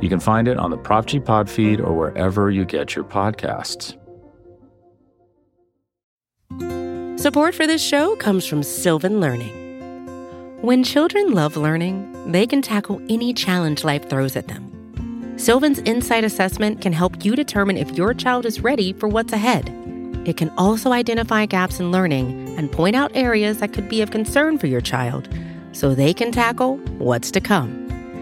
You can find it on the Prop G Pod feed or wherever you get your podcasts. Support for this show comes from Sylvan Learning. When children love learning, they can tackle any challenge life throws at them. Sylvan's Insight Assessment can help you determine if your child is ready for what's ahead. It can also identify gaps in learning and point out areas that could be of concern for your child so they can tackle what's to come.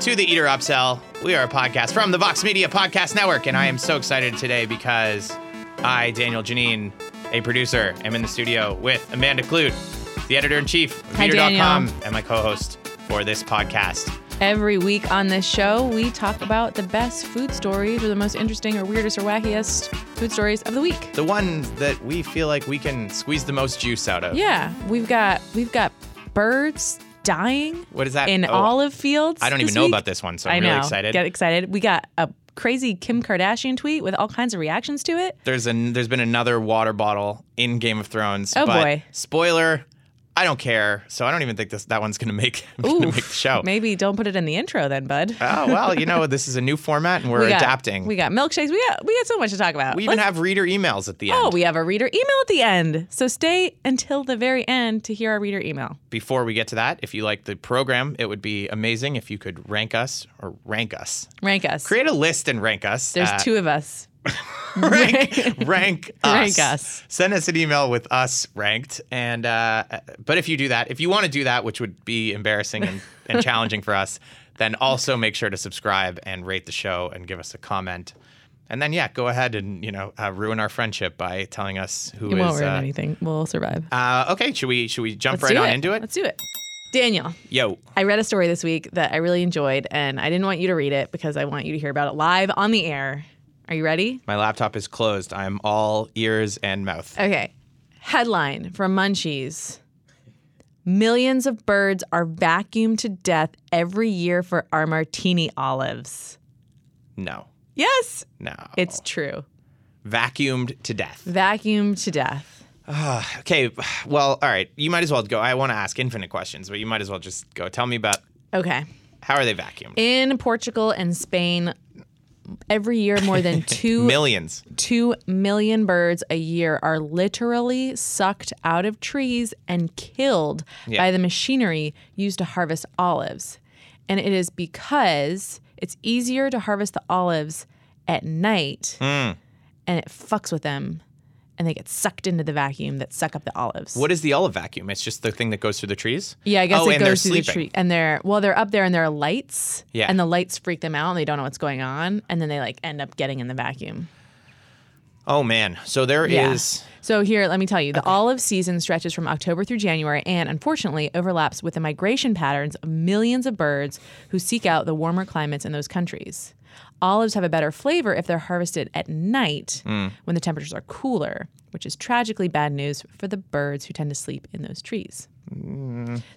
to the Eater Upsell. We are a podcast from the Vox Media Podcast Network, and I am so excited today because I, Daniel Janine, a producer, am in the studio with Amanda Clute, the editor in chief of Hi, Eater.com, Daniel. and my co host for this podcast. Every week on this show, we talk about the best food stories or the most interesting or weirdest or wackiest food stories of the week. The one that we feel like we can squeeze the most juice out of. Yeah, we've got we've got birds dying What is that? in Oh, olive fields. I don't even this know week. about this one, so I'm I really know. excited. Get excited. We got a crazy Kim Kardashian tweet with all kinds of reactions to it. there's an there's been another water bottle in Game of Thrones. Oh, but boy. Spoiler. I don't care, so I don't even think this that one's gonna make gonna Ooh, make the show. Maybe don't put it in the intro then, bud. Oh well, you know this is a new format and we're We got- adapting. We We, got milkshakes. We got we got so much to talk about. even Let's- have reader emails at the end Oh, we have a reader email at the end. So stay until the very end to hear our reader email. before we get to that, if you like the program, it would be amazing if you could rank us or rank us. Rank us. Create a list and rank us. There's Uh, two of us. rank, rank us. Rank us. Send us an email with us ranked. And uh, but if you do that, if you want to do that, which would be embarrassing and, and challenging for us, then also make sure to subscribe and rate the show and give us a comment. And then yeah, go ahead and you know uh, ruin our friendship by telling us who is. You won't ruin uh, anything. We'll survive. uh, okay, should we should we jump right do on into it? Let's do it. Daniel, Yo, I read a story this week that I really enjoyed, and I didn't want you to read it because I want you to hear about it live on the air. Are you ready? my laptop is closed. I'm all ears and mouth. Okay. Headline from Munchies Millions of birds are vacuumed to death every year for our martini olives. No, Yes, no, it's true. vacuumed to death. Vacuumed to death. Okay, well, all right. You might as well go. I want to ask infinite questions, but you might as well just go. Tell me about Okay. how are they vacuumed? In Portugal and Spain, every year more than 2 Millions. 2 million birds a year are literally sucked out of trees and killed by the machinery used to harvest olives. And it is because it's easier to harvest the olives at night Hmm. and it fucks with them and they get sucked into the vacuum that suck up the olives. What is the olive vacuum? It's just the thing that goes through the trees. Yeah, I guess oh, it and goes they're through sleeping. the tree, and they're well, they're up there, and there are lights. Yeah. and the lights freak them out, and they don't know what's going on, and then they like end up getting in the vacuum. Oh man, so there is. Yeah. So here, let me tell you, the olive season stretches from October through January, and unfortunately, overlaps with the migration patterns of millions of birds who seek out the warmer climates in those countries. Olives have a better flavor if they're harvested at night Hmm. when the temperatures are cooler, which is tragically bad news for the birds who tend to sleep in those trees.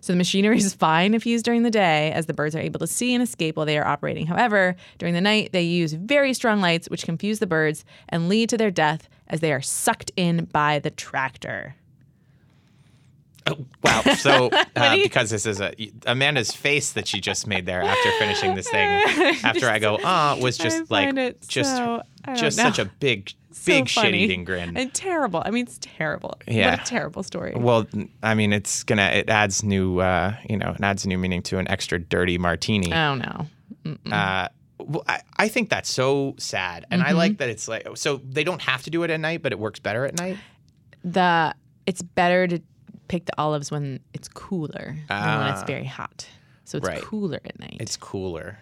So the machinery is fine if used during the day, as the birds are able to see and escape while they are operating. However, during the night, they use very strong lights, which confuse the birds and lead to their death as they are sucked in by the tractor. Wow. So uh, because this is a Amanda's face that she just made there after finishing this thing, after I go ah, was just like find it just so- I don't just know. such a big big shit eating grin. And terrible. I mean, it's terrible. Yeah. What a terrible story. well, I mean, it's gonna it adds new uh, you know it adds new meaning to an extra dirty martini. oh, no. Uh, well, I, I think that's so sad, and I like that it's like so they don't have to do it at night, but it works better at night. The It's better to pick the olives when it's cooler than when it's very hot. So it's Ah. right. cooler at night. It's cooler.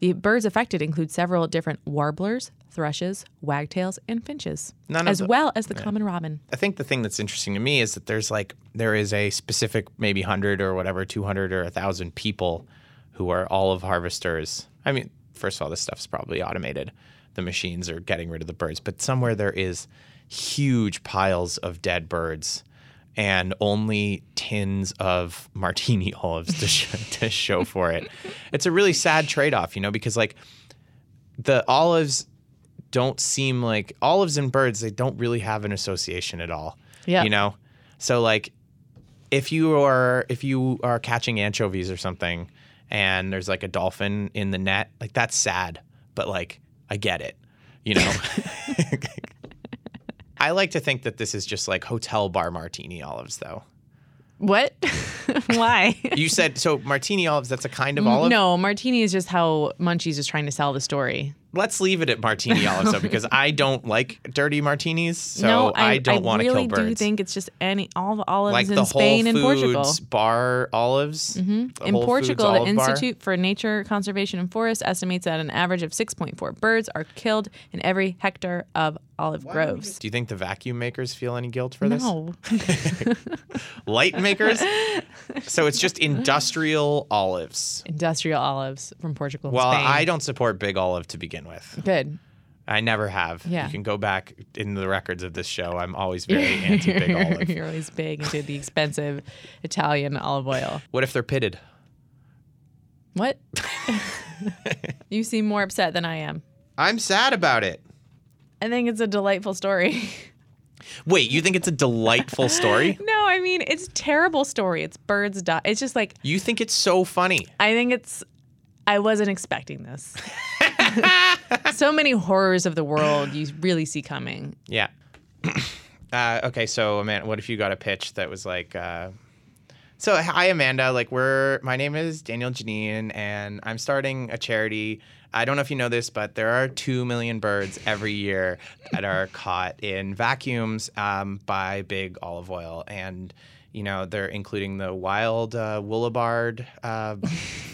the birds affected include several different warblers, thrushes, wagtails, and finches, None of as the- well as the common robin. I think the thing that's interesting to me is that there's like there is a specific maybe 100 or whatever 200 or 1000 people who are olive harvesters. I mean, first of all this stuff's probably automated. The machines are getting rid of the birds, but somewhere there is huge piles of dead birds and only tins of martini olives to, sh- to show for it. It's a really sad trade-off, you know, because like the olives don't seem like olives and birds they don't really have an association at all Yeah. you know so like if you are if you are catching anchovies or something and there's like a dolphin in the net like that's sad but like i get it you know i like to think that this is just like hotel bar martini olives though What? Why? you said so martini olives that's a kind of olive No, martini is just how Munchies is trying to sell the story. let's leave it at martini olives though because i don't like dirty martinis so no, i, don't want to really kill birds do think it's just any all the olives like in the Spain Whole and Foods Portugal. Mm-hmm. bar olives. The In Whole Foods Portugal, the olive bar. Institute for Nature Conservation and Forests estimates that an average of 6.4 birds are killed in every hectare of olive groves. Do you think the vacuum makers feel any guilt for this? No, Light makers. so it's just industrial olives. industrial olives from Portugal. and Well, Spain. I don't support big olive to begin with. good. I never have. Yeah. You can go back in the records of this show. I'm always very anti big olive. You're always big into the expensive Italian olive oil. What if they're pitted? What? you seem more upset than I am. I'm sad about it. I think it's a delightful story. Wait, you think it's a delightful story? no, I mean it's a terrible story. It's birds die. It's just like You think it's so funny. I think it's. I wasn't expecting this. so many horrors of the world you really see coming. Yeah. uh, okay, so Amanda, what if you got a pitch that was like, uh, so hi Amanda, like we're my name is Daniel Janine and I'm starting a charity. I don't know if you know this, but there are two million birds every year that are caught in vacuums um, by big olive oil, and you know they're including the wild uh, woolabard uh,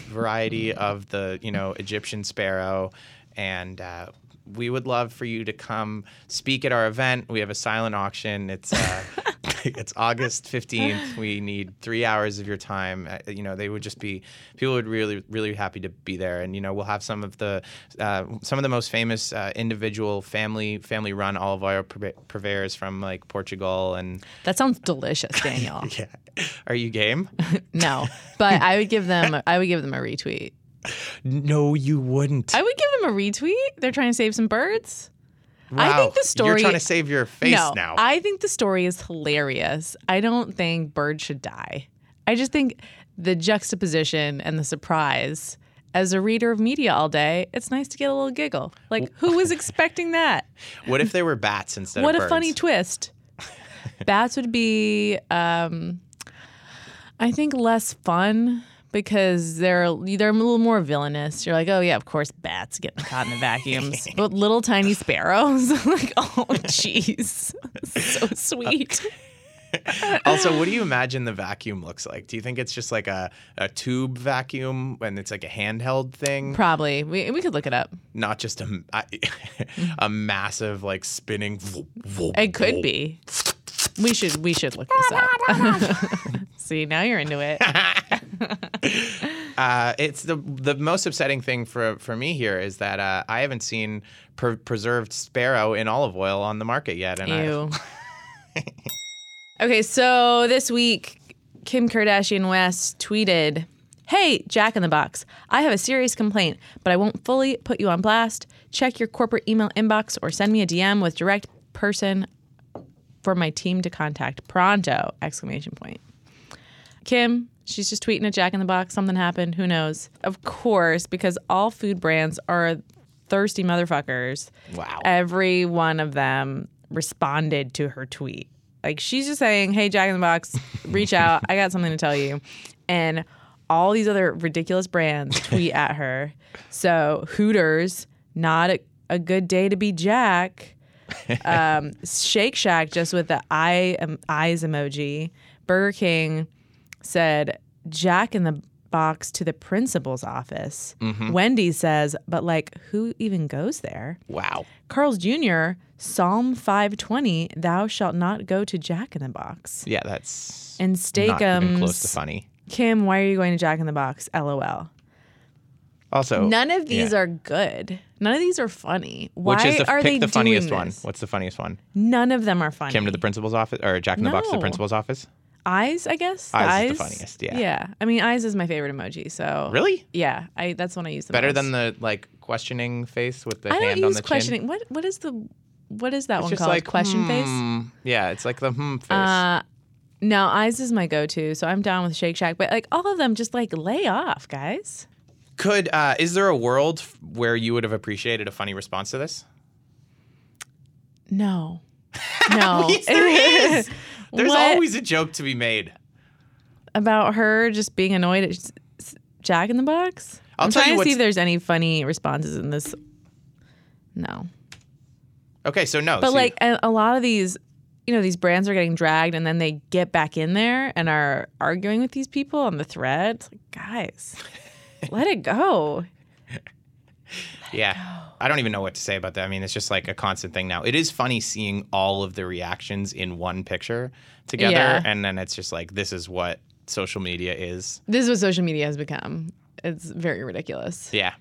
variety of the you know Egyptian sparrow, and uh, we would love for you to come speak at our event. We have a silent auction. It's uh, it's August fifteenth. We need three hours of your time. Uh, you know, they would just be people would really really happy to be there. And you know, we'll have some of the uh, some of the most famous uh, individual family family run olive oil purve- purveyors from like Portugal. And That sounds delicious, Daniel. yeah, are you game? No, but I would give them. I would give them a retweet. no, you wouldn't. I would give them a retweet. They're trying to save some birds. I Wow, think the story. You're trying to save your face no, now. I think the story is hilarious. I don't think birds should die. I just think the juxtaposition and the surprise. As a reader of media all day, it's nice to get a little giggle. Like, who was expecting that? what if they were bats instead what of a birds? funny twist. Bats would be, um, I think, less fun because they're they're a little more villainous. You're like, oh yeah, of course, bats getting caught in the vacuums, but little tiny sparrows, like, oh jeez, so sweet. Also, what do you imagine the vacuum looks like? Do you think it's just like a, a tube vacuum and it's like a handheld thing, Probably we we could look it up. not just a I- a massive like spinning? It could be. We should we should look this up. See, now you're into it. Uh, it's the the most upsetting thing for for me here is that uh, I haven't seen pre- preserved sparrow in olive oil on the market yet, and I, Ew. okay, so this week, Kim Kardashian West tweeted, Hey, Jack in the Box, I have a serious complaint, but I won't fully put you on blast. Check your corporate email inbox or send me a DM with direct person for my team to contact pronto! Exclamation point. Kim, she's just tweeting at Jack in the Box. Something happened. Who knows? Of course, because all food brands are thirsty motherfuckers. Wow. Uh, Every one of them responded to her tweet. Like she's just saying, hey, Jack in the Box, reach out. I got something to tell you. And all these other ridiculous brands tweet at her. So Hooters, not a, a good day to be Jack. Um, Shake Shack just with the eye um, eyes emoji. Burger King said Jack in the Box to the principal's office. Wendy says, but like, who even goes there? Wow. Carl's Jr. Psalm 520, thou shalt not go to Jack in the Box. Yeah, that's And not even close to Steakums, funny. Kim, why are you going to Jack in the Box? LOL. Also, None of these Oh, yeah. are good. None of these are funny. Why Which is the, are pick they the funniest doing one? this? What's the funniest one? None of them are funny. Kim to the principal's office or Jack in the Box to the No. principal's office? eyes, I guess. The Eyes is the funniest, yeah. Yeah. I mean, eyes is my favorite emoji. So Really? yeah, I that's one I use the Better most. than the like questioning face with the I don't hand use on the questioning. chin. What what is the what is that It's one just called? like Question face. hmm. Yeah, it's like the hmm face. Uh, no, eyes is my go-to. So I'm down with Shake Shack, but like all of them, just like lay off, guys. Could uh, is there a world f- where you would have appreciated a funny response to this? No. No. Yes, there is. There's What? always a joke to be made. about her just being annoyed at s- s- Jack in the Box. I'll am tell trying you to see what's- if there's any funny responses in this. No, Okay, so no. but so you- like a, a lot of these, you know, these brands are getting dragged, and then they get back in there and are arguing with these people on the thread. It's like, guys, let it go. Yeah. I don't even know what to say about that. I mean, it's just like a constant thing now. It is funny seeing all of the reactions in one picture together. Yeah. And then it's just like, this is what social media is. This is what social media has become. It's very ridiculous. Yeah.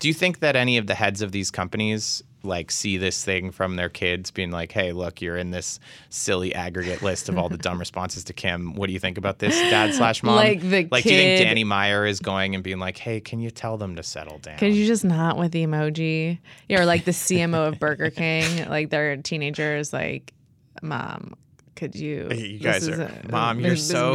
Do you think that any of the heads of these companies like see this thing from their kids being like, hey, look, you're in this silly aggregate list of all the dumb responses to Kim. What do you think about this, dad slash mom? Like the Like, do you think kid- Danny Meyer is going and being like, hey, can you tell them to settle down? Could you just not with the emoji? You're like the CMO of Burger King. Like they're teenagers. Like, mom, could you? You this guys is are- a- Mom, you're this is so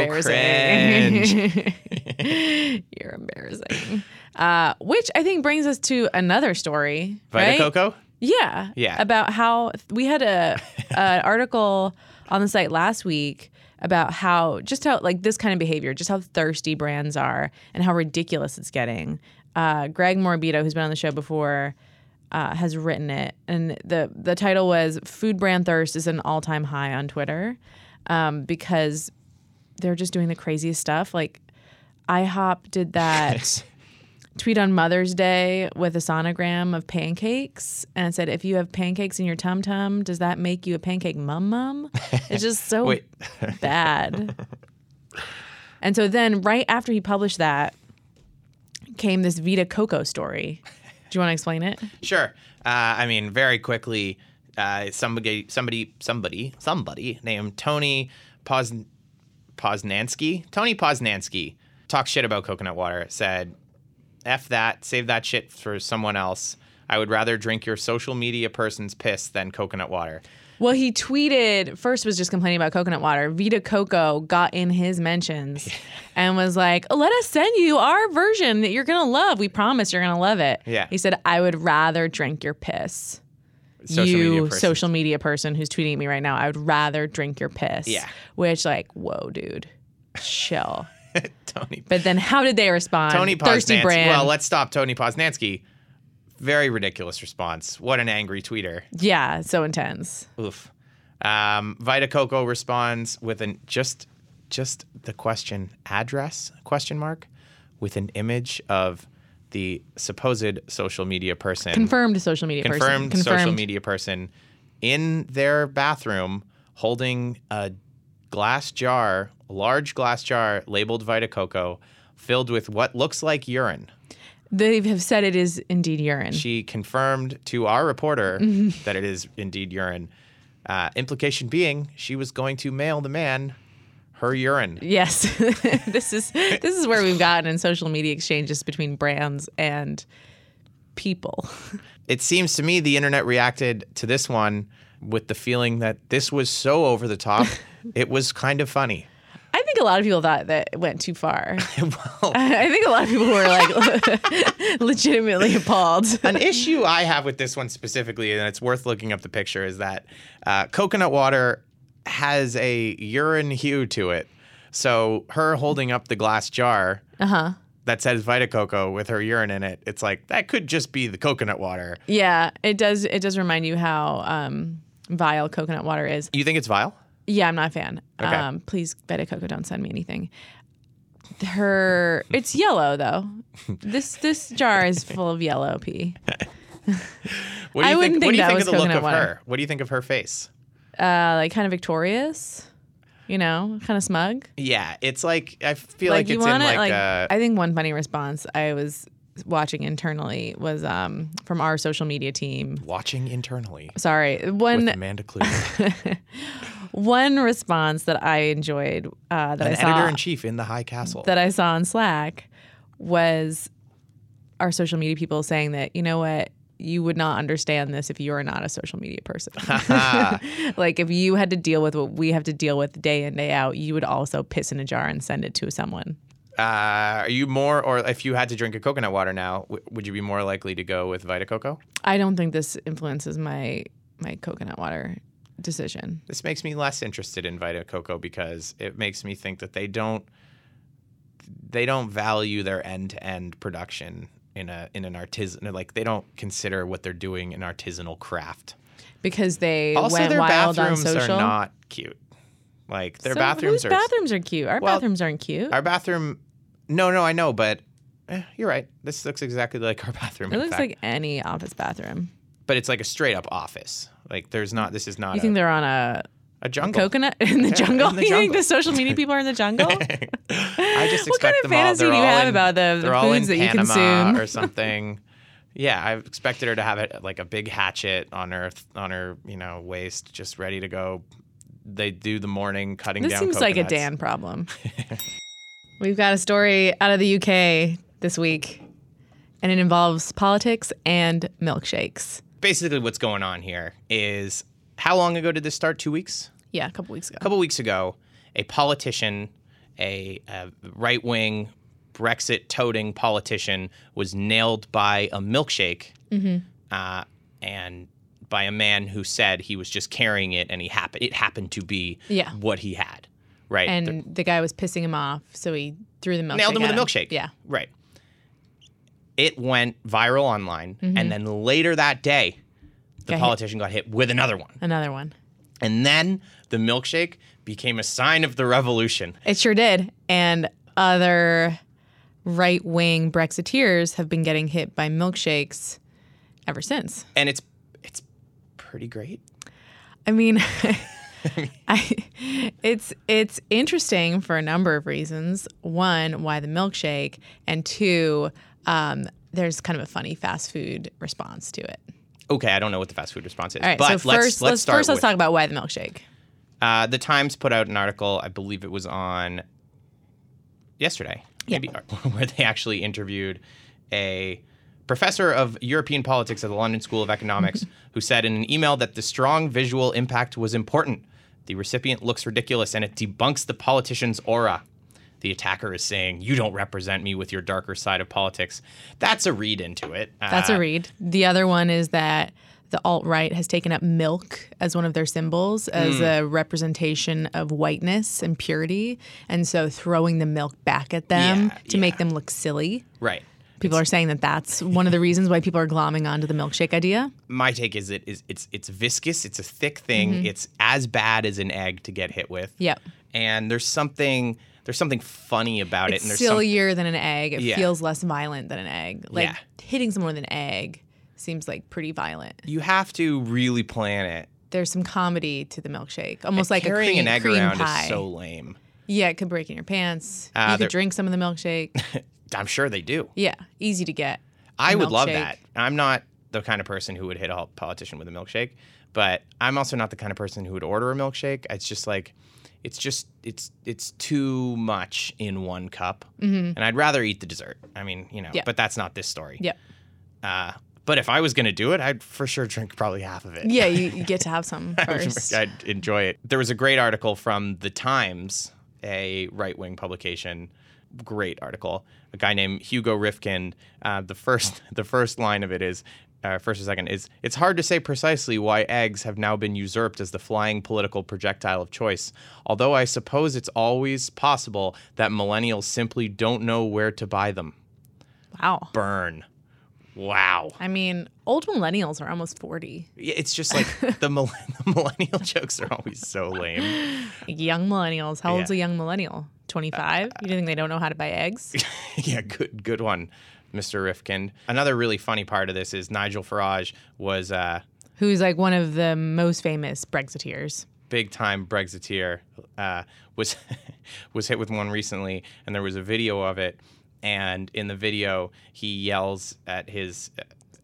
embarrassing." you're embarrassing. Uh, which I think brings us to another story. Vita right? Coco? Yeah. Yeah. About how we had a an article on the site last week about how just how like this kind of behavior, just how thirsty brands are and how ridiculous it's getting. Uh, Greg Morbido, who's been on the show before, uh, has written it, and the the title was "Food Brand Thirst is an all time high on Twitter," um, because they're just doing the craziest stuff. Like IHOP did that tweet on Mother's Day with a sonogram of pancakes and it said, "If you have pancakes in your tum tum, does that make you a pancake mum mum?" It's just so Wait. bad. And so then, right after he published that, came this Vita Coco story. Do you want to explain it? Sure. Uh, I mean, very quickly, uh, somebody, somebody, somebody, somebody named Tony Posn- Posnansky. Tony Posnansky talked shit about coconut water. Said, "F that. Save that shit for someone else." I would rather drink your social media person's piss than coconut water. Well, he tweeted first was just complaining about coconut water. Vita Coco got in his mentions and was like, "Let us send you our version that you're gonna love. We promise you're gonna love it." Yeah. He said, "I would rather drink your piss." Social you media person. social media person who's tweeting at me right now, I would rather drink your piss. Yeah. Which, like, whoa, dude, chill. Tony but then, how did they respond? Tony thirsty Posnansky. brand. Well, let's stop Tony Posnansky. Very ridiculous response. What an angry tweeter. yeah, so intense. Oof. Um, Vita Coco responds with an just just the question address question mark with an image of the supposed social media person Confirmed social media confirmed, person. social media person in their bathroom holding a glass jar, large glass jar labeled Vita Coco, filled with what looks like urine. They have said it is indeed urine. She confirmed to our reporter that it is indeed urine. Uh, implication being, she was going to mail the man her urine. Yes, this is this is where we've gotten in social media exchanges between brands and people. It seems to me the internet reacted to this one with the feeling that this was so over the top, it was kind of funny. I think a lot of people thought that it went too far. I think a lot of people were like legitimately appalled. An issue I have with this one specifically, and it's worth looking up the picture, is that uh, coconut water has a urine hue to it. So her holding up the glass jar that says Vita Coco with her urine in it, it's like that could just be the coconut water. Yeah, it does. It does remind you how um, vile coconut water is. You think it's vile? Yeah, I'm not a fan. Okay. Um, please, Vita Coco, don't send me anything. Her, it's yellow though. This this jar is full of yellow pee. What do I you think, what wouldn't think do you that think of was the look coconut of water. her? What do you think of her face? Uh, like kind of victorious, you know, kind of smug. Yeah, it's like I feel like, you it's in wanna, like, uh, a I think one funny response I was watching internally was um from our social media team. watching internally Sorry, with one Amanda Kluger, one response that I enjoyed uh, that an I saw editor in chief in the High Castle. that I saw on Slack was our social media people saying that, you know what, you would not understand this if you are not a social media person. like if you had to deal with what we have to deal with day in, day out, you would also piss in a jar and send it to someone. uh, are you more, or if you had to drink a coconut water now, w- would you be more likely to go with Vita Coco? I don't think this influences my my coconut water decision. This makes me less interested in Vita Coco because it makes me think that they don't they don't value their end to end production in a in an artisan like they don't consider what they're doing an artisanal craft. Because they Also, went their wild on bathrooms are social. not cute. Like their So bathrooms whose are bathrooms are cute. Our Well, bathrooms aren't cute. our bathroom. No, no, I know, but eh, you're right. This looks exactly like our bathroom. it in looks fact. like any office bathroom. but it's like a straight up office. Like there's not. This is not You a, think they're on a a jungle. coconut in the jungle. in the you think jungle. the social media people are in the jungle? I just expect What kind of them fantasy all, do they're you all have in- about the- the they're all in foods that you Panama consume? or something? yeah, I expected her to have it like a big hatchet on her on her you know waist, just ready to go. They do the morning cutting this down. seems like a coconuts. Dan problem. We've got a story out of the UK this week, and it involves politics and milkshakes. Basically, what's going on here is how long ago did this start? Two weeks. Yeah, a couple weeks ago. A couple weeks ago, a politician, a, a right wing, Brexit toting politician, was nailed by a milkshake Mm-hmm. uh, and by a man who said he was just carrying it and he happened it happened to be Yeah. what he had. Right. And the guy was pissing him off, so he threw the milkshake. nailed him with at a milkshake. Yeah. Right. It went viral online. And then later that day, the Mm-hmm. Got hit. politician got hit with another one. Another one. And then the milkshake became a sign of the revolution. It sure did. And other right wing Brexiteers have been getting hit by milkshakes ever since. and it's it's pretty great. I mean, I, it's it's interesting for a number of reasons. One, why the milkshake, and two, um, there's kind of a funny fast food response to it. Okay, I don't know what the fast food response is, All right, but so let's, 1st let's start first let's with- talk about why the milkshake. Uh, the Times put out an article, I believe it was on yesterday, maybe, where they actually interviewed a professor of European politics at the London School of Economics who said in an email that the strong visual impact was important. The recipient looks ridiculous and it debunks the politician's aura. The attacker is saying, You don't represent me with your darker side of politics. That's a read into it. That's Uh, a read. The other one is that the alt right has taken up milk as one of their symbols, as Hmm. a representation of whiteness and purity, and so throwing the milk back at them Yeah, to make them look silly. Right. People are saying that that's one of the reasons why people are glomming onto the milkshake idea. my take is it is it's it's viscous. It's a thick thing. It's as bad as an egg to get hit with. Mm-hmm. Yep. And there's something there's something funny about it. And there's some, Sillier than an egg. It Yeah. feels less violent than an egg. Like Yeah. hitting someone with an egg seems like pretty violent. you have to really plan it. There's some comedy to the milkshake, almost like a Carrying cream, an egg cream around pie. is so lame. yeah, it could break in your pants. Uh, you there- could drink some of the milkshake. I'm sure they do. yeah, easy to get. I would love milkshake. that. I'm not the kind of person who would hit a politician with a milkshake, but I'm also not the kind of person who would order a milkshake. It's just like, it's just it's it's too much in one cup, and I'd rather eat the dessert. I mean, you know, Mm-hmm. Yeah. but that's not this story. Yep. Uh, but if I was going to do it, I'd for sure drink probably half of it. Yeah, you, you get to have some first. I'd enjoy it. There was a great article from The Times, a right wing publication. Great article. A guy named Hugo Rifkin. Uh, the first, the first line of it is, uh, first or second is, it's hard to say precisely why eggs have now been usurped as the flying political projectile of choice. Although I suppose it's always possible that millennials simply don't know where to buy them. Wow. Burn. Wow. I mean, old millennials are almost 40. Yeah, It's just like the, mil- the millennial jokes are always so lame. Young millennials. How old's Yeah. Uh, a young millennial? 25? You think they don't know how to buy eggs? yeah, good good one, Mr. Rifkin. Another really funny part of this is Nigel Farage was uh, Who's like one of the most famous Brexiteers. big time Brexiteer uh, was was hit with one recently, and there was a video of it. And in the video, he yells at his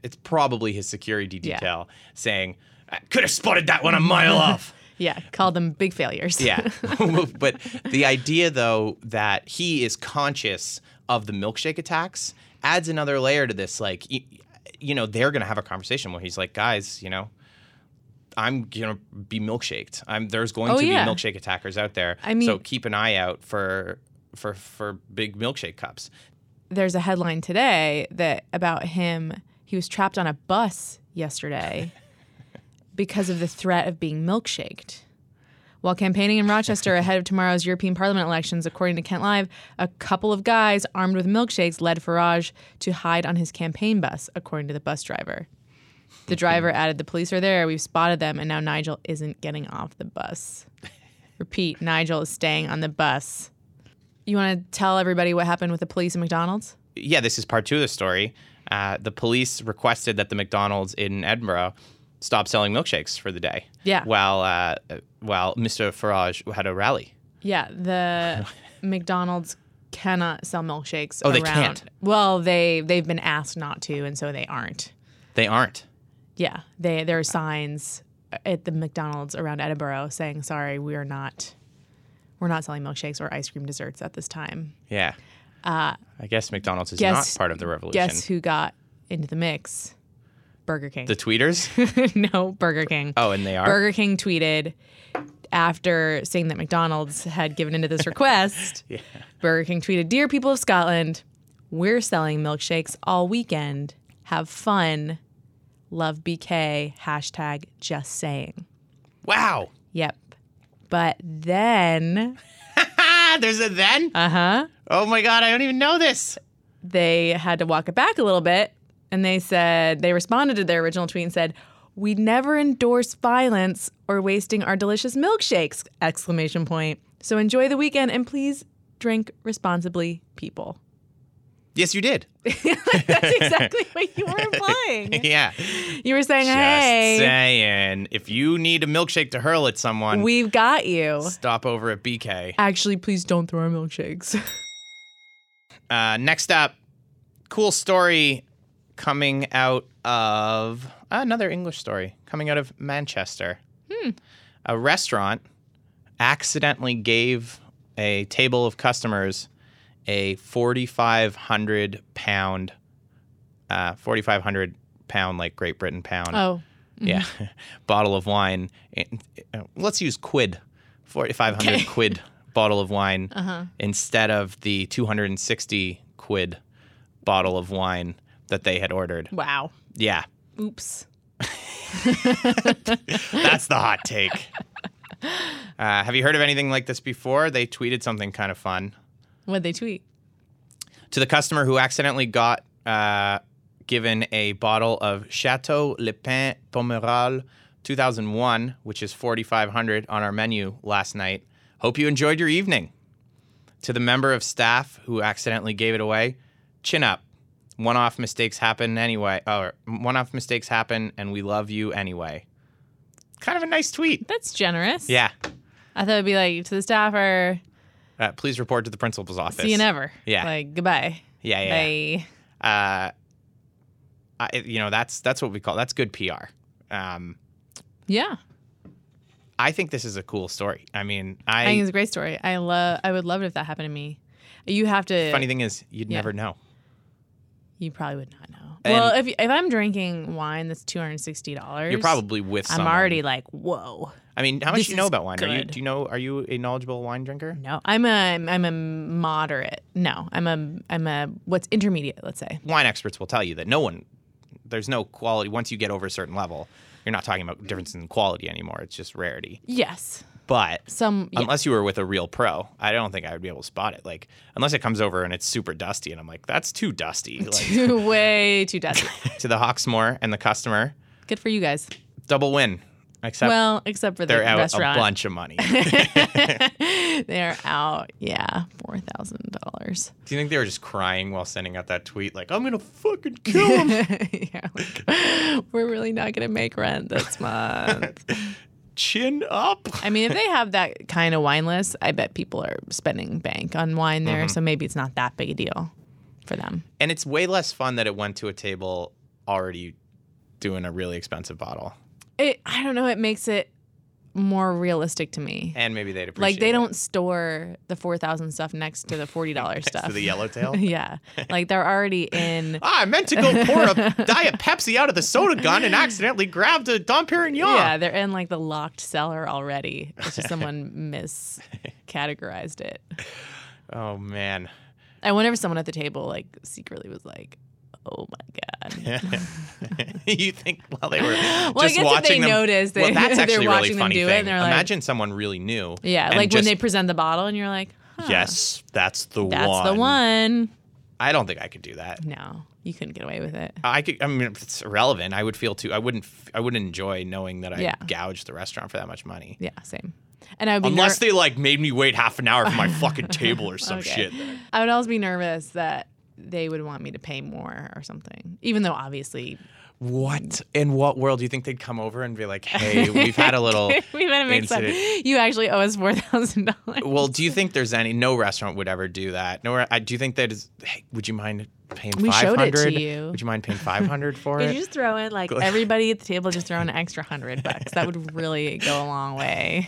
it's probably his security Yeah. detail saying, "I could have spotted that one a mile off." Yeah, call them big failures. Yeah, but the idea though that he is conscious of the milkshake attacks adds another layer to this. Like, y- you know, they're gonna have a conversation where he's like, guys, you know. I'm gonna be milkshaked. I'm there's going Oh, to yeah. be milkshake attackers out there. I mean- so keep an eye out for for for big milkshake cups. There's a headline today that about him. He was trapped on a bus yesterday because of the threat of being milkshaked. While campaigning in Rochester ahead of tomorrow's European Parliament elections, according to Kent Live, a couple of guys armed with milkshakes led Farage to hide on his campaign bus, according to the bus driver. The driver added, The police are there. We've spotted them. And now Nigel isn't getting off the bus. Repeat, Nigel is staying on the bus. You want to tell everybody what happened with the police at McDonald's? yeah, this is part two of the story. Uh, the police requested that the McDonald's in Edinburgh stop selling milkshakes for the day. Yeah. While uh, while Mr. Farage had a rally. Yeah, the McDonald's cannot sell milkshakes. Oh, they around. can't? Well, they they've been asked not to, and so they aren't. They aren't. Yeah, they there are signs at the McDonald's around Edinburgh saying, "Sorry, we are not, we're not selling milkshakes or ice cream desserts at this time." Yeah. I guess McDonald's is Uh, guess- not part of the revolution. Guess who got into the mix? Burger King. The tweeters? no, Burger King. Oh, and they are. Burger King tweeted after seeing that McDonald's had given into this request. Burger King tweeted, "Dear people of Scotland, we're selling milkshakes all weekend. Have fun. Love BK. Hashtag just saying. Wow. Yep. But then uh-huh. Ah, there's a then? Uh huh. Oh my God, I don't even know this. they had to walk it back a little bit, and they said they responded to their original tweet and said." We never endorse violence or wasting our delicious milkshakes! Exclamation point. So enjoy the weekend and please drink responsibly, people. Yes, you did. That's exactly what you were implying. yeah. You were saying, Just "Hey, saying, if you need a milkshake to hurl at someone, we've got you." stop over at BK. Actually, please don't throw our milkshakes. Uh, next up, cool story coming out of uh, another English story coming out of Manchester. A restaurant accidentally gave a table of customers a 4,500 pound, uh, 4,500 pound, like Great Britain pound oh, yeah, bottle of wine. And, uh, let's use quid, forty-five hundred quid bottle of wine uh-huh. instead of the two hundred and sixty quid bottle of wine that they had ordered. wow. Yeah, Oops. that's the hot take. Uh, have you heard of anything like this before? They tweeted something kind of fun. What'd they tweet? to the customer who accidentally got uh, given a bottle of Chateau Le Pin Pomerol 2001, which is 4,500 on our menu last night. Hope you enjoyed your evening. To the member of staff who accidentally gave it away, chin up. One off mistakes happen anyway, or one off mistakes happen, and we love you anyway. Kind of a nice tweet. That's generous. Yeah. I thought it'd be like to the staffer. Uh, please report to the principal's office. See you never. Yeah. Like goodbye. Yeah, yeah. yeah. Bye. uh, I, you know that's that's what we call that's good PR. Um, Yeah. I think this is a cool story. I mean, I, I, think it's a great story. I love. I would love it if that happened to me. You have to. funny thing is you'd Yeah. never know. You probably would not know. And- well, if if I'm drinking wine that's two hundred sixty dollars, You're probably with. I'm someone. already like, whoa. I mean, how much this do you know is about wine? Are you good. do you know? Are you a knowledgeable wine drinker? No, I'm a I'm a moderate. No, I'm a I'm a what's intermediate. Let's say. Wine experts will tell you that no one, there's no quality once you get over a certain level. You're not talking about difference in quality anymore. It's just rarity. Yes. But Some- yeah. unless you were with a real pro, I don't think I would be able to spot it. Like unless it comes over and it's super dusty, and I'm like, that's too dusty. Like, Way too dusty. to the Hawksmoor and the customer, Good for you guys. double win. Except Well, except for the they're out restaurant. a bunch of money. They're out. Yeah, four thousand dollars. Do you think they were just crying while sending out that tweet? Like, I'm gonna fucking kill him. yeah, like, we're really not gonna make rent this month. Chin up. I mean, if they have that kind of wine list, I bet people are spending bank on wine there. Mm-hmm. So maybe it's not that big a deal for them. And it's way less fun that it went to a table already doing a really expensive bottle. It. I don't know. It makes it more realistic to me. And maybe they'd appreciate Like they it. don't store the four thousand stuff next to the forty dollars stuff. to the yellowtail. yeah, like they're already in. Ah, I meant to go pour a diet Pepsi out of the soda gun and accidentally grabbed a Dom Perignon. Yeah, they're in like the locked cellar already. It's just someone miscategorized it. Oh man. I wonder if someone at the table like secretly was like, "Oh my god." you think while they were Well, I just guess if watching they them, noticed, they- well, that's they're actually a really watching them funny do it, thing. and they're like- Imagine someone really new. Yeah, and like when they just, present the bottle and you're like, huh, yes, that's the that's one. the one." I don't think I could do that. No, you couldn't get away with it. I could. I mean, if it's irrelevant. I would feel too. I wouldn't. f- I wouldn't enjoy knowing that I Yeah. gouged the restaurant for that much money. Yeah, same. And I would be Unless ner- they like made me wait half an hour for my fucking table or some Okay. shit. then. I would always be nervous that they would want me to pay more or something, even though obviously What in what world do you think they'd come over and be like, "Hey, we've had a little." we better make some. incident. You actually owe us four thousand dollars. Well, do you think there's any? No restaurant would ever do that. No, I do you think that is. Hey, would you mind paying We five showed it to hundred? you. Would you mind paying five hundred for Could it? you just throw in like everybody at the table just throw in an extra hundred bucks? That would really go a long way.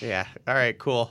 Yeah. All right. Cool.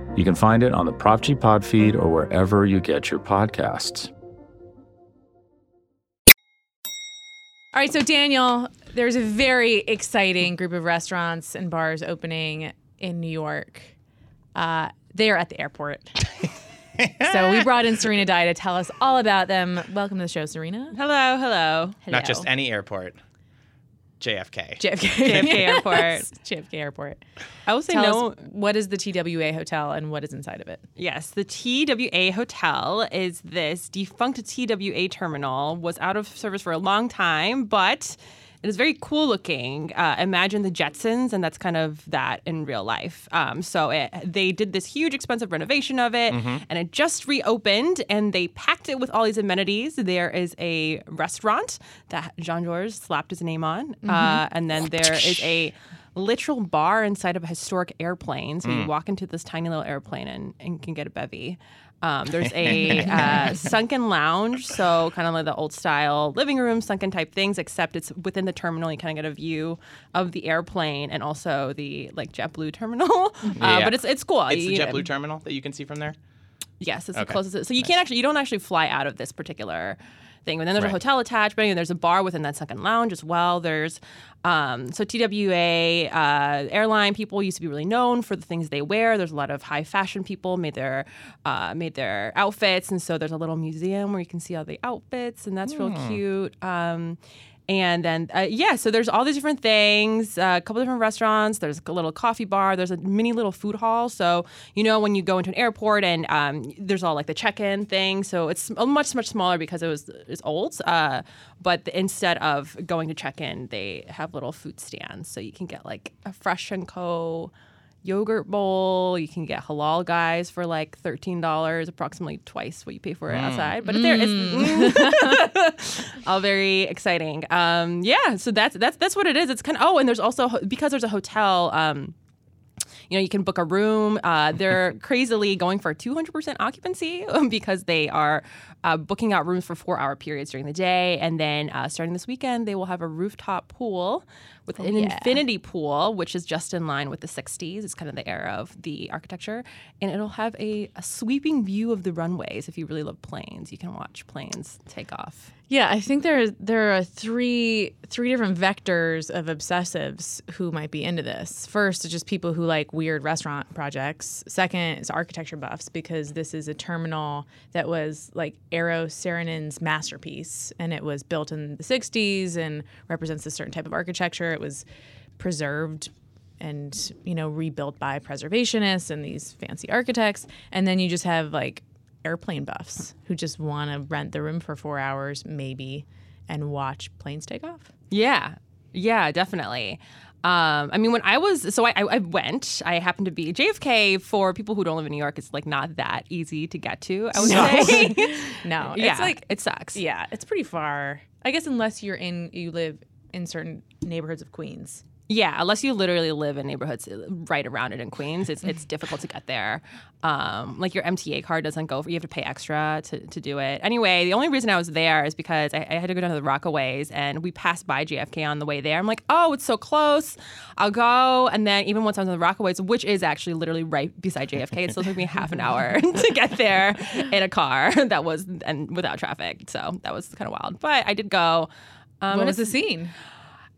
You can find it on the Prop G Pod feed or wherever you get your podcasts. All right, so Daniel, there's a very exciting group of restaurants and bars opening in New York. Uh, they are at the airport. so we brought in Serena Dye to tell us all about them. Welcome to the show, Serena. Hello, hello. Hello. Not just any airport. JFK. JFK, JFK Airport. JFK Airport. I will say Tell no. us what is the TWA hotel and what is inside of it. Yes, the TWA hotel is this defunct TWA terminal was out of service for a long time, but it is very cool looking. Uh, imagine the Jetsons, and that's kind of that in real life. Um, so it, they did this huge, expensive renovation of it, Mm-hmm. and it just reopened, and they packed it with all these amenities. There is a restaurant that Jean Georges slapped his name on, Mm-hmm. uh, and then there is a literal bar inside of a historic airplane. So Hmm. you walk into this tiny little airplane and, and can get a bevy. Um, there's a uh, sunken lounge, so kind of like the old style living room, sunken type things, except it's within the terminal. You kind of get a view of the airplane and also the like JetBlue terminal. Uh, Yeah. but it's it's cool. It's the You- JetBlue terminal that you can see from there. Yes, it's Okay. the closest. So you can't actually, you don't actually fly out of this particular thing. But then there's Right. a hotel attached. But anyway, there's a bar within that second lounge as well. There's um, so TWA uh, airline people used to be really known for the things they wear. There's a lot of high fashion people made their uh, made their outfits, and so there's a little museum where you can see all the outfits, and that's Hmm. real cute. Um, and then uh, yeah, so there's all these different things, uh, a couple different restaurants. There's a little coffee bar. There's a mini little food hall. So you know when you go into an airport and um, there's all like the check-in thing. So it's a much much smaller because it was it's old. Uh, but the, instead of going to check-in, they have little food stands. So you can get like a Fresh and Co. Yogurt bowl. You can get halal guys for like thirteen dollars, approximately twice what you pay for it outside. But there is all very exciting. Um, yeah, so that's that's that's what it is. It's kind of oh, and there's also because there's a hotel. Um, you know, you can book a room. Uh, they're crazily going for 200% occupancy um, because they are uh, booking out rooms for four hour periods during the day. And then uh, starting this weekend, they will have a rooftop pool with with an infinity pool, which is just in line with the 60s. It's kind of the era of the architecture. And it'll have a, a sweeping view of the runways. If you really love planes, you can watch planes take off. Yeah, I think there there are three three different vectors of obsessives who might be into this. First, it's just people who like weird restaurant projects. Second, is architecture buffs because this is a terminal that was like Aero Saarinen's masterpiece, and it was built in the '60s and represents a certain type of architecture. It was preserved and you know rebuilt by preservationists and these fancy architects and then you just have like airplane buffs who just want to rent the room for four hours maybe and watch planes take off Yeah, yeah, definitely. Um, I mean, when I was so I, I I went. I happened to be JFK. For people who don't live in New York, it's like not that easy to get to. I would say, no yeah, it's like it sucks. yeah it's pretty far i guess unless you're in you live in certain neighborhoods of queens Yeah, unless you literally live in neighborhoods uh, right around it in Queens, it's it's difficult to get there. Um, like your MTA card doesn't go; for, you have to pay extra to, to do it. Anyway, the only reason I was there is because I, I had to go down to the Rockaways, and we passed by JFK on the way there. I'm like, oh, it's so close. I'll go. And then even once I was on the Rockaways, which is actually literally right beside JFK, it still took me half an hour to get there in a car that was and without traffic. So that was kind of wild, but I did go. Um, what and was the it's- scene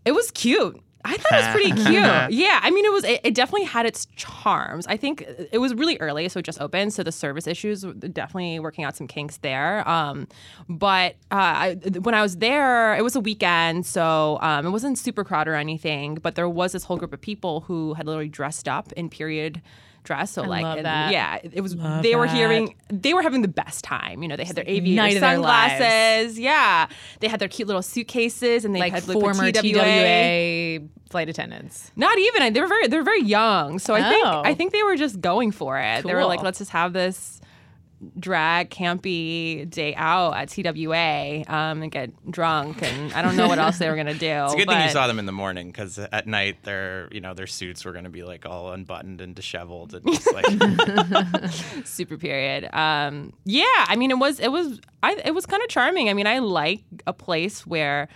it was cute. I thought it was pretty cute. Yeah, I mean, it was. It, it definitely had its charms. I think uh, it was really early, so it just opened. So the service issues were definitely working out some kinks there. Um, but uh, I, when I was there, it was a weekend, so um, it wasn't super crowded or anything. But there was this whole group of people who had literally dressed up in period dress. So like, love and- that. yeah, it was. they were that. hearing. They were having the best time. You know, they had their night aviator of their lives. sunglasses. Yeah, they had their cute little suitcases, and they like had like, former TWA. TWA flight attendants Not even. They were very. They're very young. So I think. Oh. I think they were just going for it. They were Cool. like, let's just have this drag campy day out at TWA um, and get drunk. And I don't know what else they were gonna do. Oh, It's a good thing you but- saw them in the morning because at night their you know their suits were going to be like all unbuttoned and disheveled and just like super period. Um, yeah, I mean, it was it was I, it was kind of charming. I mean, I like a place where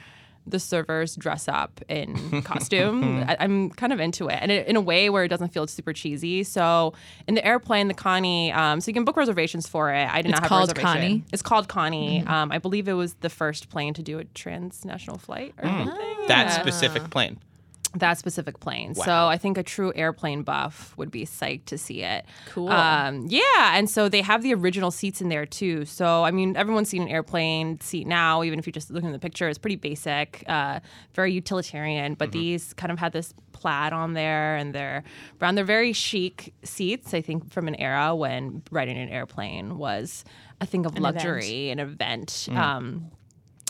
the servers dress up in costume. I, I'm kind of into it, and it, in a way where it doesn't feel super cheesy. So in the airplane, the Connie, um, so you can book reservations for it. I did It's not have called a reservation. Connie? Mm-hmm. It's called Connie. Um, I believe it was the first plane to do a transnational flight or something. that specific plane. That specific plane. So I think a true airplane buff would be psyched to see it. Cool. Um, yeah, and so they have the original seats in there too. So I mean, everyone's seen an airplane seat now, even if you just look in the picture, it's pretty basic, uh, very utilitarian. But Mm-hmm. these kind of had this plaid on there, and they're brown. They're very chic seats. I think from an era when riding an airplane was a thing of event. Mm. luxury, an event. Um,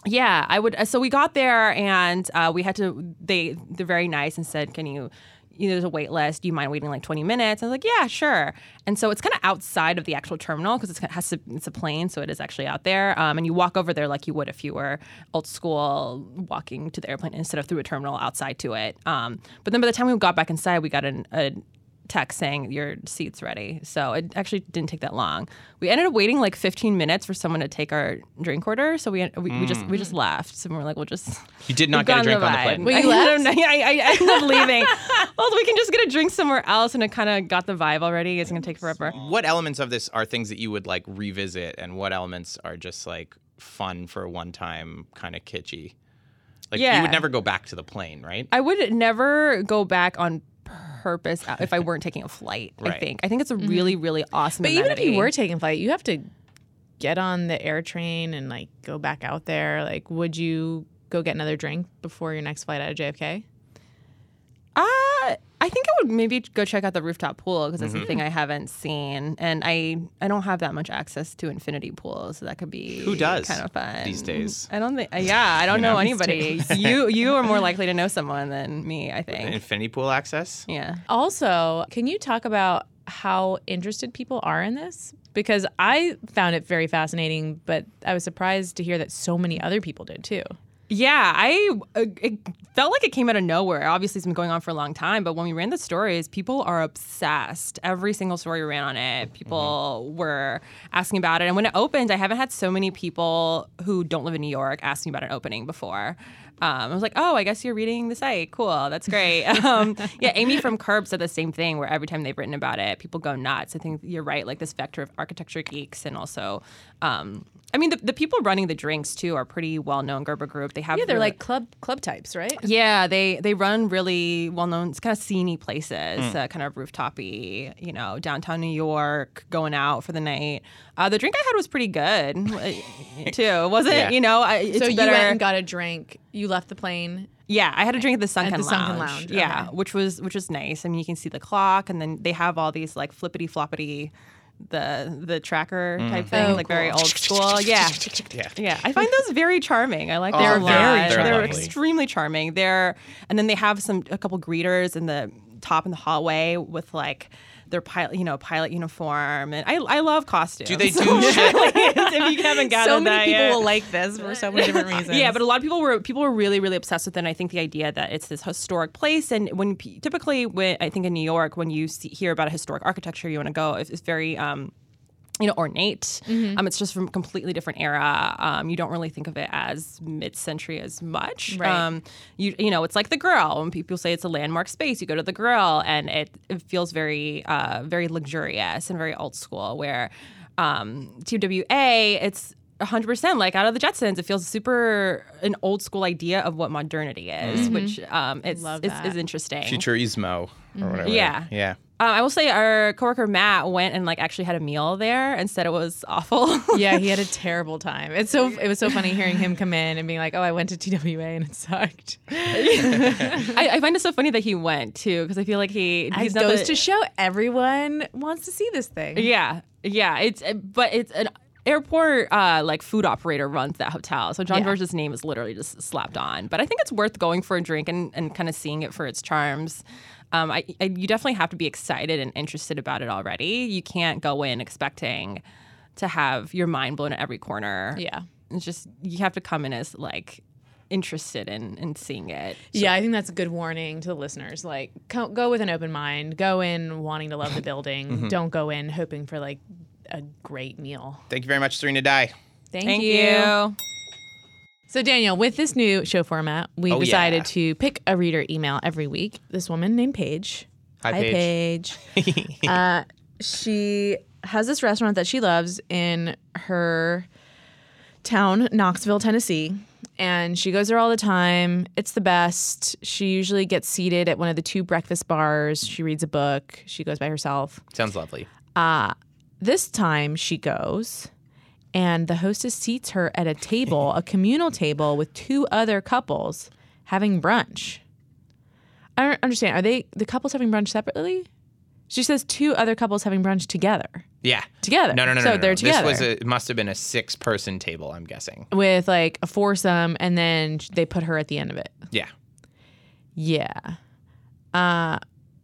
yeah, I would. uh, So we got there and uh, we had to. They they're very nice and said, "Can you?" You know, there's a wait list. Do you mind waiting like 20 minutes? I was like, yeah, sure. And so it's kind of outside of the actual terminal because it's has to. It's a plane, so it is actually out there. Um, and you walk over there like you would if you were old school walking to the airplane instead of through a terminal outside to it. Um, but then by the time we got back inside, we got an, a text saying your seat's ready. So it actually didn't take that long. We ended up waiting like 15 minutes for someone to take our drink order. So we we, we just we just left. So we are like, we'll just. You did Mm. not we've get a gone drink on the vibe. plane. Wait, you I left? don't know. I, I, I ended up leaving. well, we can just get a drink somewhere else, and it kind of got the vibe already. It's gonna take forever. What elements of this are things that you would like revisit, and what elements are just like fun for one time, kind of kitschy? Like you Yeah. would never go back to the plane, right? I would never go back on purpose uh, if I weren't taking a flight. I Right. think. I think it's a really really awesome. Mm-hmm. But even if you amenity. were taking flight, you have to get on the air train and like go back out there. Like, would you go get another drink before your next flight out of JFK? Uh, I think I would maybe go check out the rooftop pool because that's Mm-hmm. something I haven't seen, and I I don't have that much access to infinity pools, so that could be Who does kind of fun these days? I don't think. Yeah, I don't know, anybody. you you are more likely to know someone than me. I think. Infinity pool access. Yeah. Also, can you talk about how interested people are in this? Because I found it very fascinating, but I was surprised to hear that so many other people did too. Yeah, I uh, it felt like it came out of nowhere. Obviously, it's been going on for a long time, but when we ran the stories, people are obsessed. Every single story we ran on it, people were asking about it. And when it opened, I haven't had so many people who don't live in New York asking about an opening before. Um, I was like, oh, I guess you're reading the site. Cool, that's great. um, yeah, Amy from Curb said the same thing. Where every time they've written about it, people go nuts. I think you're right. Like this vector of architecture geeks, and also, um, I mean, the, the people running the drinks too are pretty well known Gerber group. They have Yeah, they're really- like club club types, right? yeah, they they run really well known, kind of sceney places, uh, kind of rooftopy, you know, downtown New York, going out for the night. Uh, the drink I had was pretty good uh, too, wasn't Yeah. it? You know, I, it's So you better. went and got a drink. You left the plane. yeah, I had a drink at the Sunken the Sunken Lounge. Lounge, Yeah, okay. which was which was nice. I mean, you can see the clock, and then they have all these like flippity floppity. The the tracker type things, Oh, like very cool. old school. Yeah, Mm. Yeah. yeah, I find those very charming. I like Oh, them they're a lot. very They're, charming. extremely charming. They're and then they have some a couple greeters in the top in the hallway with like their pilot, you know, pilot uniform, and I I love costumes. Do they do shit? if you haven't gathered so that many people yet. will like this for so many different reasons. Yeah, but a lot of people were people were really really obsessed with it. And I think the idea that it's this historic place, and when pe- typically when I think in New York, when you see, hear about a historic architecture, you want to go. It's, it's very um, you know ornate. Mm-hmm. Um, it's just from a completely different era. Um, you don't really think of it as mid-century as much. Right. Um, you you know it's like the grill. When people say it's a landmark space, you go to the grill, and it, it feels very uh, very luxurious and very old school. Where um, TWA, it's 100% like out of the Jetsons. It feels super an old school idea of what modernity is, which um, it's, Mm-hmm. Love it's that. is interesting. Futurismo Mm-hmm. or whatever. Yeah. Yeah. Um, I will say our coworker Matt went and like actually had a meal there and said it was awful. Yeah, he had a terrible time. It's so it was so funny hearing him come in and being like, "Oh, I went to TWA and it sucked." I, I find it so funny that he went too because I feel like he It he's not goes the- to show everyone wants to see this thing. Yeah, yeah. It's but it's an airport uh, like food operator runs that hotel. So John Yeah. Verge's name is literally just slapped on. But I think it's worth going for a drink and, and kind of seeing it for its charms. Um, I, I you definitely have to be excited and interested about it already. You can't go in expecting to have your mind blown at every corner. Yeah. it's just you have to come in as like interested in in seeing it. Yeah, I think that's a good warning to the listeners. Like, co- go with an open mind. Go in wanting to love the building. Don't go in hoping for like a great meal. Thank you very much, Serena Dye. Thank, Thank you. So, Daniel, with this new show format, we Oh, decided yeah. to pick a reader email every week. This woman named Paige. Hi, Paige. uh, she has this restaurant that she loves in her town, Knoxville, Tennessee. And she goes there all the time. It's the best. She usually gets seated at one of the two breakfast bars. She reads a book. She goes by herself. Sounds lovely. This time she goes, and the hostess seats her at a table, a communal table with two other couples having brunch. I don't understand. Are they the couples having brunch separately? She says two other couples having brunch together. Yeah. Together. No, no, no, So no, no. they're together. This was a, it must have been a six-person table. I'm guessing. With like a foursome, and then they put her at the end of it. Yeah. Yeah. Uh,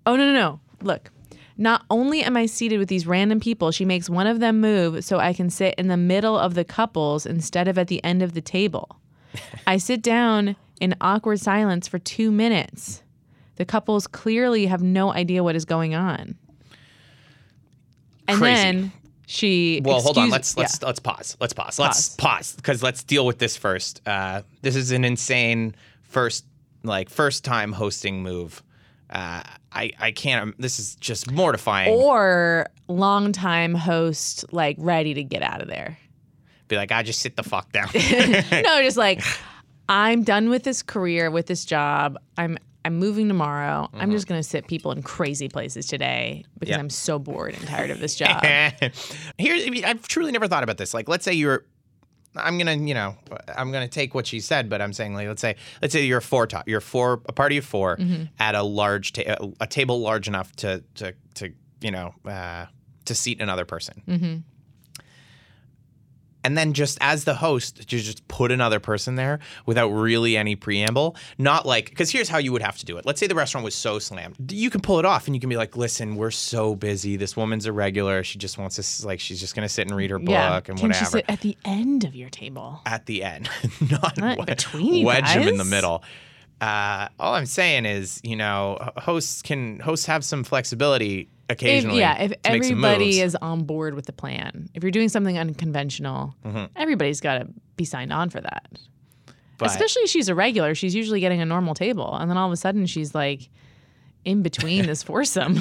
oh, no, no, no. Look, not only am I seated with these random people, she makes one of them move so I can sit in the middle of the couples instead of at the end of the table. I sit down in awkward silence for two minutes. The couples clearly have no idea what is going on. And Crazy. then she. Well, hold on. Let's excuse- let's let's pause. Let's pause. Let's pause because let's deal with this first. Uh, this is an insane first, like first time hosting move. Uh, I I can't. um, This is just mortifying. Or longtime host, like ready to get out of there. Be like, I just sit the fuck down. no, just like I'm done with this career, with this job. I'm I'm moving tomorrow. I'm just gonna sit people in crazy places today because Mm-hmm. Yeah. I'm so bored and tired of this job. Here, I mean, I've truly never thought about this. Like, let's say you're, I'm gonna, you know, I'm gonna take what she said, but I'm saying, like, let's say, let's say you're four, top, you're four, a party of 4 Mm-hmm. at a large, ta- a table large enough to, to, Mm-hmm. to, you know, uh, to seat another person. and then just as the host to just put another person there without really any preamble not like because here's how you would have to do it let's say the restaurant was so slammed you can pull it off and you can be like listen we're so busy this woman's a regular she just wants us like she's just going to sit and read her book yeah. and Can whatever she sit at the end of your table? at the end, not, Not wed- between you wedge him in the guys. middle. Uh, all I'm saying is, you know, h- hosts can hosts have some flexibility If, occasionally. yeah, if to make some moves. everybody is on board with the plan, if you're doing something unconventional, Mm-hmm. everybody's got to be signed on for that. But- Especially if she's a regular, she's usually getting a normal table, and then all of a sudden she's like in between this foursome.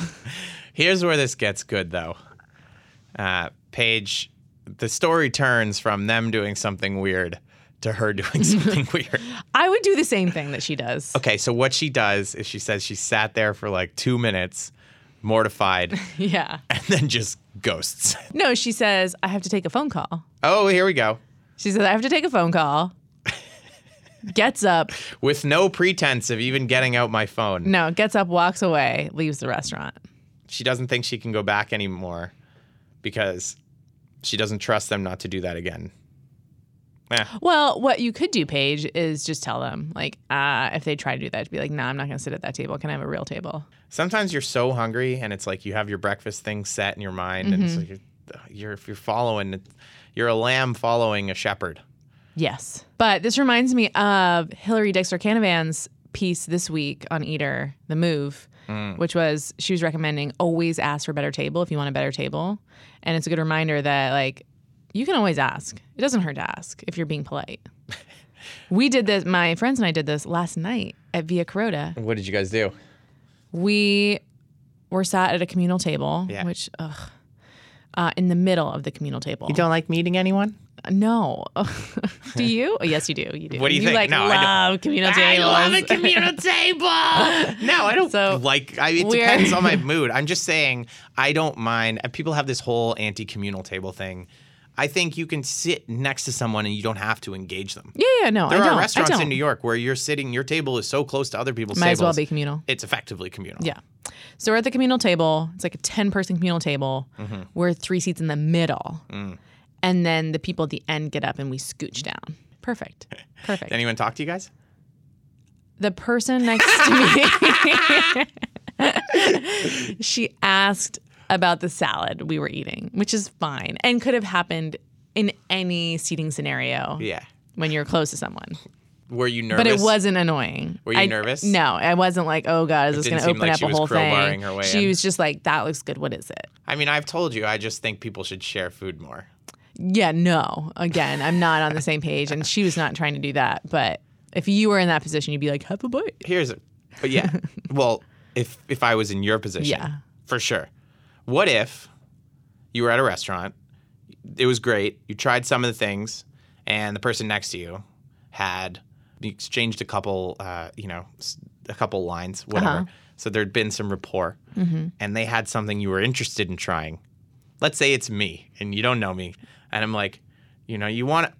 Here's where this gets good, though. Uh, Paige, the story turns from them doing something weird to her doing something weird. I would do the same thing that she does. Okay, so what she does is she says she sat there for like two minutes, mortified, Yeah. and then just ghosts. No, she says I have to take a phone call. Oh, here we go. She says I have to take a phone call. Gets up. With no pretense of even getting out my phone. No, gets up, walks away, leaves the restaurant. she doesn't think she can go back anymore because she doesn't trust them not to do that again. Eh, Well, what you could do, Paige, is just tell them, like, uh, if they try to do that, to be like, nah, I'm not going to sit at that table. Can I have a real table? sometimes you're so hungry and it's like you have your breakfast thing set in your mind and Mm-hmm. it's like you're, you're if you're following you're a lamb following a shepherd. Yes. But this reminds me of Hillary Dexter Canavan's piece this week on Eater, The Move, Mm. Hmm. which was she was recommending always ask for a better table if you want a better table. And it's a good reminder that, like, you can always ask. It doesn't hurt to ask if you're being polite. we did this, my friends and I did this last night at Via Carota. What did you guys do? we were sat at a communal table, Yeah. which, ugh, uh, in the middle of the communal table. Uh, don't like meeting anyone? no, do you? Oh, yes, you do. You do. What do you think? Like, No, I love don't. communal I tables. love a communal table. No, I don't So, like. I, it we're- depends on my mood. I'm just saying I don't mind. and People have this whole anti-communal table thing. I think you can sit next to someone and you don't have to engage them. yeah, yeah, no, There I don't. are I restaurants don't. in New York where you're sitting, your table is so close to other people's Might as tables. well be communal. It's effectively communal. Yeah. So we're at the communal table. It's like a 10 person communal table. Mm-hmm. We're three seats in the middle. Mm. And then the people at the end get up and we scooch down. Perfect. Perfect. Did anyone talk to you guys? the person next to me she asked about the salad we were eating which is fine and could have happened in any seating scenario Yeah. when you're close to someone Were you nervous? but it wasn't annoying Were you I- nervous? no i wasn't like oh god is this didn't going to seem open like up she a was whole thing crowbarring her way she in. was just like that looks good what is it I mean, I've told you. I just think people should share food more. yeah no again i'm not on the same page and she was not trying to do that but if you were in that position you'd be like have a bite Here's, a, but yeah. well, if if I was in your position, Yeah. for sure. What if you were at a restaurant? It was great. You tried some of the things, and the person next to you had you exchanged a couple, uh, you know, s- a couple lines, Uh-huh. whatever. So there'd been some rapport, Mm-hmm. and they had something you were interested in trying. Let's say it's me, and you don't know me, and I'm like, you know, you want.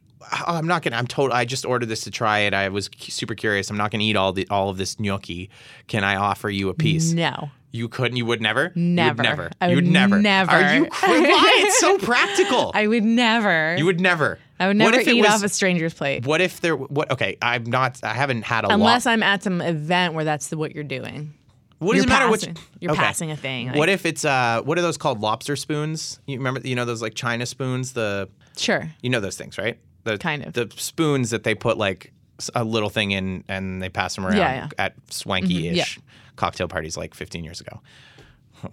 Oh, I'm not gonna. I'm told. I just ordered this to try it. I was cu- super curious. I'm not gonna eat all the all of this gnocchi. Can I offer you a piece? no You couldn't. You would never. You Never. would never. I you would would never. never. Are you? cr- Why? It's so practical. I would never. you would never. I would never what if it eat was, off a stranger's plate What if there? What? Okay. I'm not. I haven't had a unless lot. I'm at some event where that's the, what you're doing. What does you're it matter? passing- Which you're okay. passing a thing. what if it's uh? What are those called? Lobster spoons? You remember? You know those like China spoons? The Sure. you know those things, right? The Kind of. the spoons that they put like s- a little thing in and they pass them around Yeah, yeah. at swanky ish yeah. cocktail parties like 15 years ago.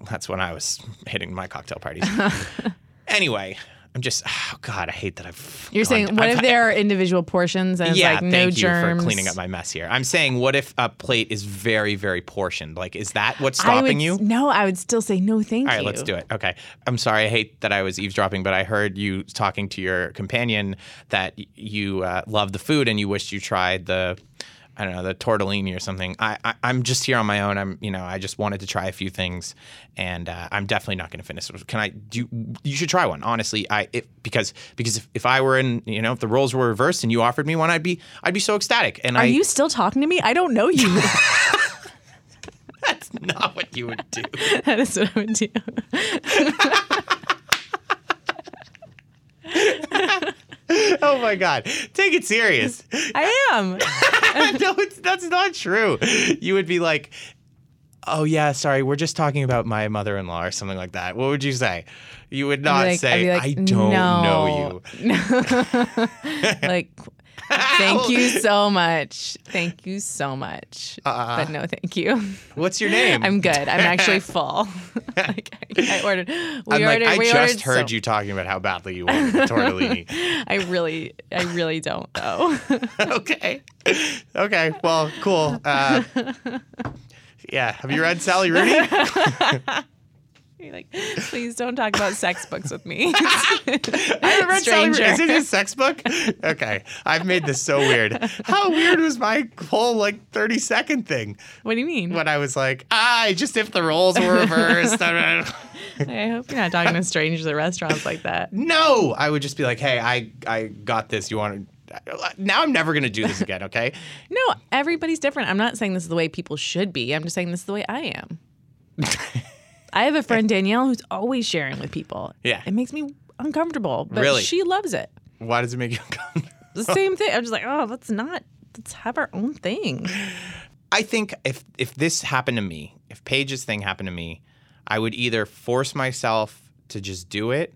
That's when I was hitting my cocktail parties. anyway, I'm just oh god, I hate that I've. You're gone- saying what I've- if there are individual portions and it's yeah, like no thank germs? you for cleaning up my mess here. I'm saying, what if a plate is very, very portioned? Like, is that what's I stopping would, you? No, I would still say no. Thank you. All right, let's do it. Okay. I'm sorry. I hate that I was eavesdropping, but I heard you talking to your companion that y- you uh, love the food and you wished you tried the, I don't know, the tortellini or something. I, I I'm just here on my own. I'm you know I just wanted to try a few things, and uh, I'm definitely not going to finish. this. Can I do? You should try one. Honestly, I it, because because if, if I were in you know if the roles were reversed and you offered me one, I'd be I'd be so ecstatic. And Are I you still talking to me? I don't know you. that's not what you would do. that is what I would do. Oh my God. Take it serious. I am. no, it's, that's not true. You would be like, oh, yeah, sorry, we're just talking about my mother in law or something like that. What would you say? You would not Like, I'd say, be like, I don't no. know you. like, thank you so much. Thank you so much. Uh-uh. but no, thank you. What's your name? I'm good. I'm actually full. like, I, I ordered. We I'm like, ordered. I we just ordered heard so- you talking about how badly you wanted the tortellini. I really, I really don't though. okay. Okay. Well, cool. Uh, yeah. Have you read Sally Rooney? You're like, please don't talk about sex books with me. I haven't read Sally Rooney. Stranger. Is it a sex book? Okay. I've made this so weird. How weird was my whole like 30 second thing what do you mean? when I was like, ah, just if the roles were reversed. I hope you're not talking to strangers at restaurants like that. no. I would just be like, hey, I, I got this. You want to. Now I'm never going to do this again, okay? No, everybody's different. I'm not saying this is the way people should be. I'm just saying this is the way I am. I have a friend Danielle who's always sharing with people. Yeah. it makes me uncomfortable, but Really? she loves it. Why does it make you uncomfortable? The same thing. I'm just like, oh, let's not. Let's have our own thing. I think if if this happened to me, if Paige's thing happened to me, I would either force myself to just do it,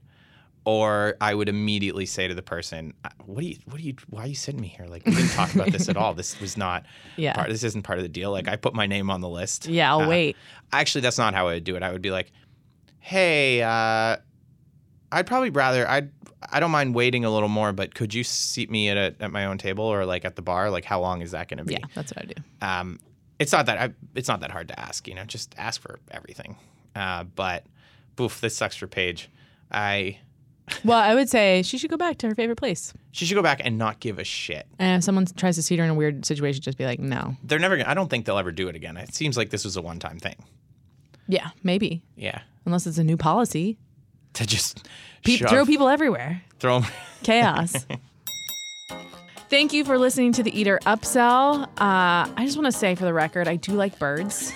or I would immediately say to the person, "Uh, "What do you? What do you? Why are you sitting me here? Like we didn't talk about this at all. This was not. Yeah. Part, this isn't part of the deal. Like I put my name on the list. Yeah, I'll Uh, wait. Actually, that's not how I would do it. I would be like, "Hey, uh, I'd probably rather I'd." I don't mind waiting a little more, but could you seat me at a, at my own table or like at the bar? Like, how long is that going to be? Yeah, that's what I do. um, it's not that I, it's not that hard to ask. You know, just ask for everything. Uh, but boof, this sucks for Paige. I Well, I would say she should go back to her favorite place. she should go back and not give a shit. And if someone tries to see her in a weird situation, just be like, no. They're never. gonna I don't think they'll ever do it again. It seems like this was a one time thing. Yeah, maybe. Yeah, Unless it's a new policy. to just Pe- shove- throw people everywhere. throw 'em- Chaos. Thank you for listening to the Eater Upsell. Uh, I just want to say for the record, I do like birds.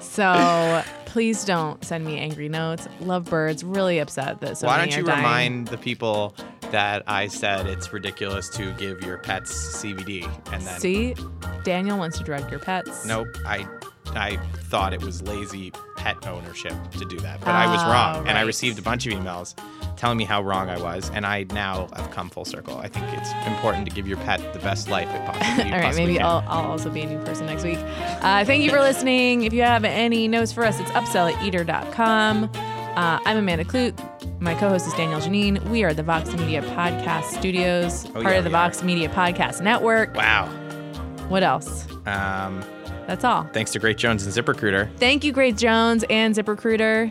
so please don't send me angry notes. Love birds. Really upset that so Why many don't are you dying. remind the people that I said it's ridiculous to give your pets CBD and then See, Daniel wants to drug your pets. Nope. I I thought it was lazy pet ownership to do that, but I was wrong, and I Oh, right. received a bunch of emails telling me how wrong I was, and I now have come full circle. I think it's important to give your pet the best life it possibly. All right, possibly maybe can. I'll, I'll also be a new person next week. Uh, thank you for listening. If you have any notes for us, it's upsell at eater.com. Uh, I'm Amanda Clute. My co host is Daniel Janine. We are the Vox Media Podcast Studios, part Oh, yeah, of the we Vox Media Podcast Network. Wow. What else? Um, That's all. thanks to Great Jones and ZipRecruiter. Thank you, Great Jones and ZipRecruiter.